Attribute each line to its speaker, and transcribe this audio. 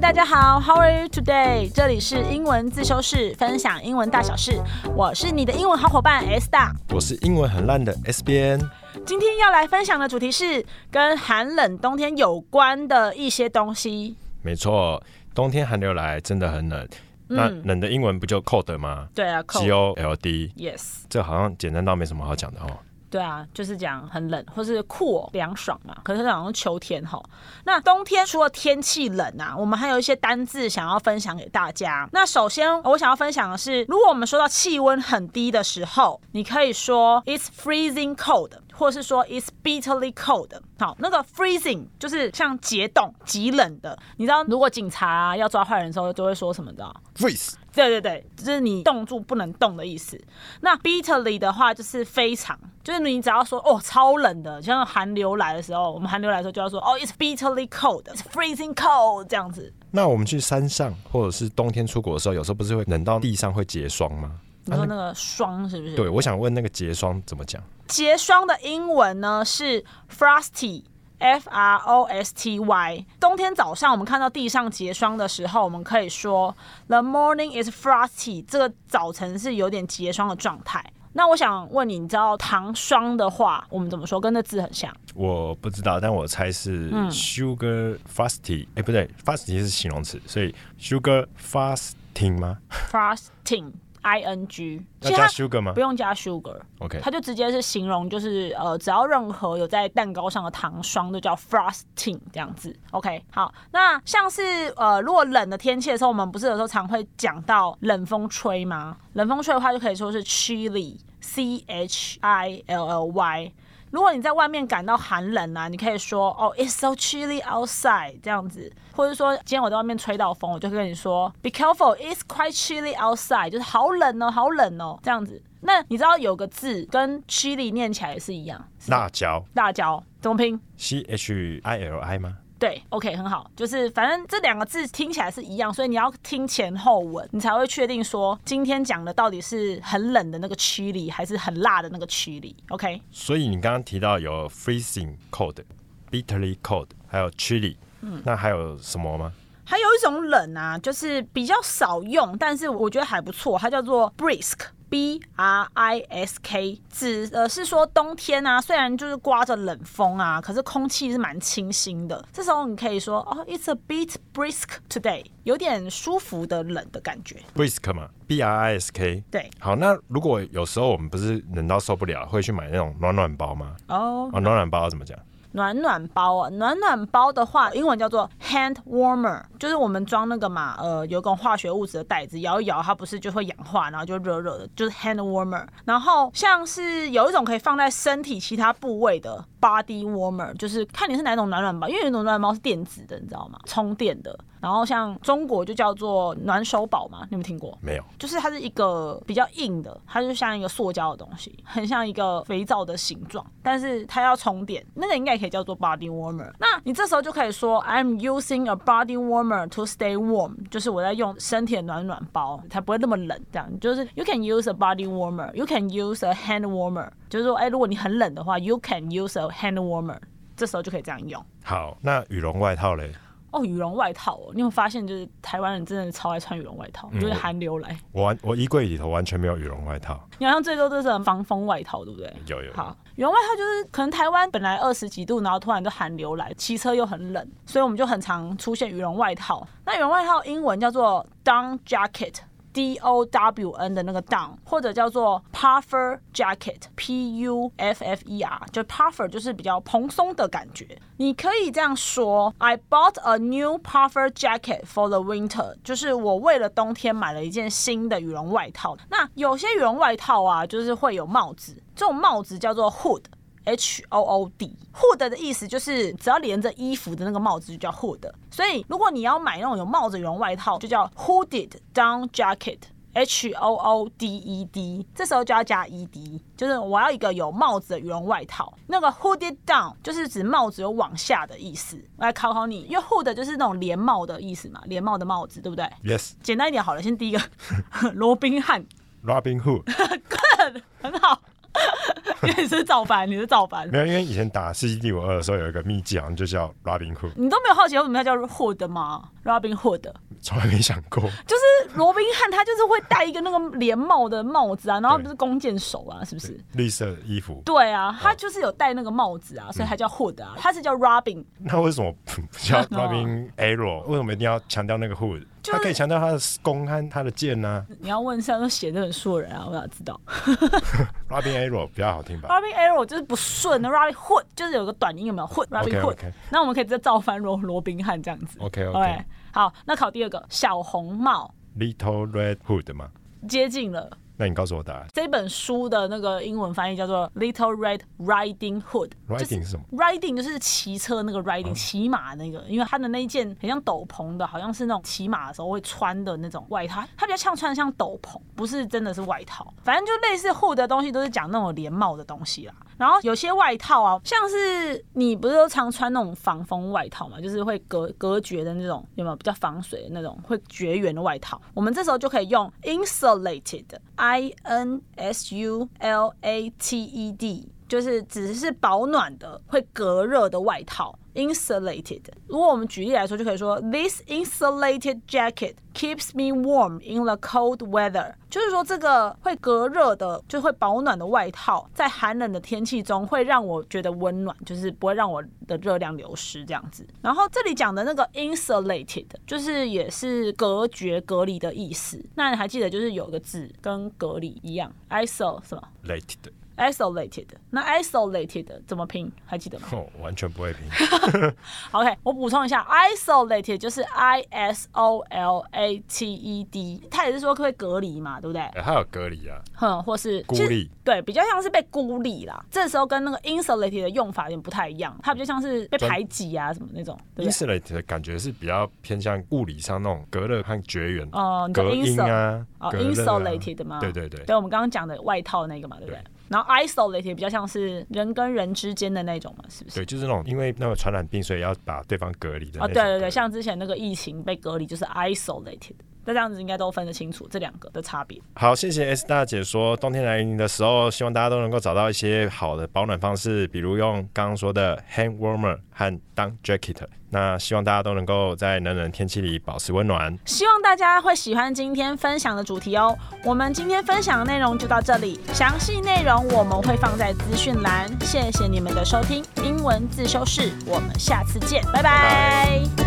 Speaker 1: 大家好，How are you today？这里是英文自修室，分享英文大小事。我是你的英文好伙伴 S 大。
Speaker 2: 我是英文很烂的 S 边，
Speaker 1: 今天要来分享的主题是跟寒冷冬天有关的一些东西。
Speaker 2: 没错，冬天寒流来真的很冷。那
Speaker 1: 嗯
Speaker 2: 冷的英文不就 cold 吗
Speaker 1: 对啊
Speaker 2: ？C
Speaker 1: ，cold。
Speaker 2: O L D，
Speaker 1: Yes，
Speaker 2: 这好像简单到没什么好讲的哦。
Speaker 1: 对啊，就是讲很冷，或是酷、哦、凉爽嘛。可是好像秋天哈，那冬天除了天气冷啊，我们还有一些单字想要分享给大家。那首先我想要分享的是，如果我们说到气温很低的时候，你可以说 it's freezing cold，或是说 it's bitterly cold。好，那个 freezing 就是像解冻、极冷的。你知道，如果警察、啊要抓坏人的时候，就会说什么的？
Speaker 2: Freeze，
Speaker 1: 对对对，就是你冻住不能动的意思。那 bitterly 的话就是非常，就是你只要说哦超冷的，像寒流来的时候，我们寒流来的时候就要说哦 it's bitterly cold，it's freezing cold 这样子。
Speaker 2: 那我们去山上或者是冬天出国的时候，有时候不是会冷到地上会结霜吗？
Speaker 1: 你说那个霜是不是？
Speaker 2: 对，我想问那个结霜怎么讲？
Speaker 1: 结霜的英文呢是 frosty。F R O S T Y。冬天早上我们看到地上结霜的时候，我们可以说 The morning is frosty。这个早晨是有点结霜的状态。那我想问你，你知道糖霜的话，我们怎么说？跟那字很像。
Speaker 2: 我不知道，但我猜是
Speaker 1: 嗯
Speaker 2: sugar fasty，哎、诶不对，fasty 是形容词，所以 sugar fasting 吗？
Speaker 1: frosting i n g，其
Speaker 2: 要
Speaker 1: 实
Speaker 2: 加
Speaker 1: 它
Speaker 2: sugar 吗
Speaker 1: 啊不用加 sugar，
Speaker 2: ？OK，
Speaker 1: 它就直接是形容就是呃，只要任何有在蛋糕上的糖霜都叫 frosting 这样子。OK，好，那像是呃，如果冷的天气的时候，我们不是有时候常会讲到冷风吹吗？冷风吹的话就可以说是 chilly，c h i l l y。如果你在外面感到寒冷啊，你可以说哦、i t s so chilly outside 这样子，或者说今天我在外面吹到风，我就跟你说，Be careful, it's quite chilly outside，就是好冷哦，好冷哦，这样子。那你知道有个字跟 chilly 念起来是一样，是
Speaker 2: 辣椒
Speaker 1: 辣椒怎么拼？
Speaker 2: C H I L I 吗？
Speaker 1: 对，OK，很好，就是反正这两个字听起来是一样，所以你要听前后文，你才会确定说今天讲的到底是很冷的那个 chilly 还是很辣的那个 chilly。OK，
Speaker 2: 所以你刚刚提到有 freezing cold、bitterly cold，还有 chilly，、那还有什么吗？
Speaker 1: 还有一种冷啊，就是比较少用，但是我觉得还不错，它叫做 brisk。B R I S K 指的是说冬天啊，虽然就是刮着冷风啊，可是空气是蛮清新的。这时候你可以说哦、i t s a bit brisk today，有点舒服的冷的感觉。
Speaker 2: brisk 嘛，B R I S K。
Speaker 1: 对，
Speaker 2: 好，那如果有时候我们不是冷到受不了，会去买那种暖暖包吗？
Speaker 1: 哦、
Speaker 2: 哦，暖暖包怎么讲？
Speaker 1: 暖暖包啊，暖暖包的话，英文叫做 hand warmer，就是我们装那个嘛，呃，有一种化学物质的袋子，摇一摇，它不是就会氧化，然后就热热的，就是 hand warmer。然后像是有一种可以放在身体其他部位的 body warmer，就是看你是哪种暖暖包，因为有一种暖暖包是电子的，你知道吗？充电的。然后像中国就叫做暖手宝嘛，你有没有听过？
Speaker 2: 没有，
Speaker 1: 就是它是一个比较硬的，它就像一个塑胶的东西，很像一个肥皂的形状，但是它要充电，那个应该也可以叫做 body warmer。那你这时候就可以说 I'm using a body warmer to stay warm，就是我在用身体的暖暖包，才不会那么冷。这样就是 You can use a body warmer，you can use a hand warmer，就是说，哎、如果你很冷的话，you can use a hand warmer，这时候就可以这样用。
Speaker 2: 好，那羽绒外套嘞？
Speaker 1: 哦，羽绒外套哦，你有没有发现就是台湾人真的超爱穿羽绒外套，就是寒流来。
Speaker 2: 我完，我衣柜里头完全没有羽绒外套。
Speaker 1: 你好像最多都是防风外套，对不对？
Speaker 2: 有有有
Speaker 1: 好，羽绒外套就是可能台湾本来二十几度，然后突然就寒流来，骑车又很冷，所以我们就很常出现羽绒外套。那羽绒外套英文叫做 down jacket。D O W N 的那个 down，或者叫做 puffer jacket，P U F F E R，就 puffer 就是比较蓬松的感觉。你可以这样说：I bought a new puffer jacket for the winter，就是我为了冬天买了一件新的羽绒外套。那有些羽绒外套啊，就是会有帽子，这种帽子叫做 hood。H O O D，hood 的意思就是只要连着衣服的那个帽子就叫 hood，所以如果你要买那种有帽子的羽绒外套，就叫 hooded down jacket。H O O D E D，这时候就要加 E D，就是我要一个有帽子的羽绒外套。那个 hooded down 就是指帽子有往下的意思。我来考考你，因为 hood 就是那种连帽的意思嘛，连帽的帽子，对不对？
Speaker 2: Yes，Robin
Speaker 1: 简单一点好了，先 第一个，罗宾汉
Speaker 2: Hood。
Speaker 1: 很好。因为你是造反，你是造反。
Speaker 2: 没有，因为以前打《世纪帝国二》的时候，有一个秘技，好像就叫 Robin Hood，
Speaker 1: 你都没有好奇为什么他叫 Hood 吗？Robin Hood，
Speaker 2: 从来没想过。
Speaker 1: 就是罗宾汉，他就是会戴一个那个连帽的帽子啊，然后
Speaker 2: 对
Speaker 1: 不是弓箭手啊，是不是？
Speaker 2: 绿色的衣服，
Speaker 1: 对啊，他就是有戴那个帽子啊，所以他叫 Hood 啊，他是叫 Robin，
Speaker 2: 那为什么不 叫 Robin Arrow？为什么一定要强调那个 Hood？
Speaker 1: 哦就是
Speaker 2: 他可以强调他的弓和他的啊 箭呢、
Speaker 1: 你要问一下，都写这本书的人啊，我想知道。
Speaker 2: r o b i n Arrow 比较好听吧？
Speaker 1: Robin Arrow 就是不顺的，Robin Hood 就是有个短音有没有？Hood Robin Hood，
Speaker 2: OK，OK
Speaker 1: 那我们可以再造翻罗罗宾汉这样子。
Speaker 2: OK，OK
Speaker 1: 好，那考第二个小红帽
Speaker 2: Little Red Hood 嘛？
Speaker 1: 接近了。
Speaker 2: 那你告诉我答案
Speaker 1: 这本书的那个英文翻译叫做《Little Red Riding Hood》就是
Speaker 2: ，Riding 是什么？啊
Speaker 1: Riding 就是骑车那个 riding，骑马那个，因为他的那一件很像斗篷的，好像是那种骑马的时候会穿的那种外套，它比较像穿的像斗篷，不是真的是外套。反正就类似 hood 的东西，都是讲那种连帽的东西啦。然后有些外套啊，像是你不是都常穿那种防风外套嘛，就是会隔隔绝的那种，有没有比较防水的那种会绝缘的外套？我们这时候就可以用 insulated，i n s u l a t e d。就是只是保暖的、会隔热的外套，insulated。如果我们举例来说，就可以说 This insulated jacket keeps me warm in the cold weather。就是说，这个会隔热的、就会保暖的外套，在寒冷的天气中会让我觉得温暖，就是不会让我的热量流失这样子。然后这里讲的那个 insulated，就是也是隔绝、隔离的意思。那你还记得，就是有个字跟隔离一样，iso 什么？
Speaker 2: Late 的，
Speaker 1: isolated。那 isolated 怎么拼？还记得吗
Speaker 2: 我哦完全不会 拼。
Speaker 1: ？OK，我补充一下，isolated 就是 I S O L A T E D，它也是说会隔离嘛，对不对？
Speaker 2: 哎它有隔离啊，
Speaker 1: 哼，或是
Speaker 2: 孤
Speaker 1: 其实
Speaker 2: 立
Speaker 1: 对，比较像是被孤立啦。这时候跟那个 insulated 的用法有点不太一样，它比较像是被
Speaker 2: 专
Speaker 1: 排挤啊什么那种，
Speaker 2: 嗯
Speaker 1: 对不对？
Speaker 2: insulate 的感觉是比较偏向物理上那种隔热和绝缘，
Speaker 1: 哦你说
Speaker 2: 隔音啊，
Speaker 1: 哦
Speaker 2: 隔热啊
Speaker 1: ，insulated 吗？
Speaker 2: 对对对，
Speaker 1: 对我们刚刚讲的外套那个嘛，对不对
Speaker 2: 对？
Speaker 1: 然后 isolated 比较像是人跟人之间的那种嘛，是不是？
Speaker 2: 对，就是那种因为那个传染病，所以要把对方隔离的
Speaker 1: 啊，
Speaker 2: 那
Speaker 1: 对
Speaker 2: 种
Speaker 1: 对
Speaker 2: 隔
Speaker 1: 对，
Speaker 2: 离
Speaker 1: 像之前那个疫情被隔离就是 isolated，那这样子应该都分得清楚这两个的差别。
Speaker 2: 好，谢谢 S 大姐说，冬天来临的时候，希望大家都能够找到一些好的保暖方式，比如用刚刚说的 hand warmer 和 down jacket。那希望大家都能够在冷冷天气里保持温暖。
Speaker 1: 希望大家会喜欢今天分享的主题哦。我们今天分享的内容就到这里，详细内容我们会放在资讯栏。谢谢你们的收听，英文自修室，我们下次见，拜拜
Speaker 2: 拜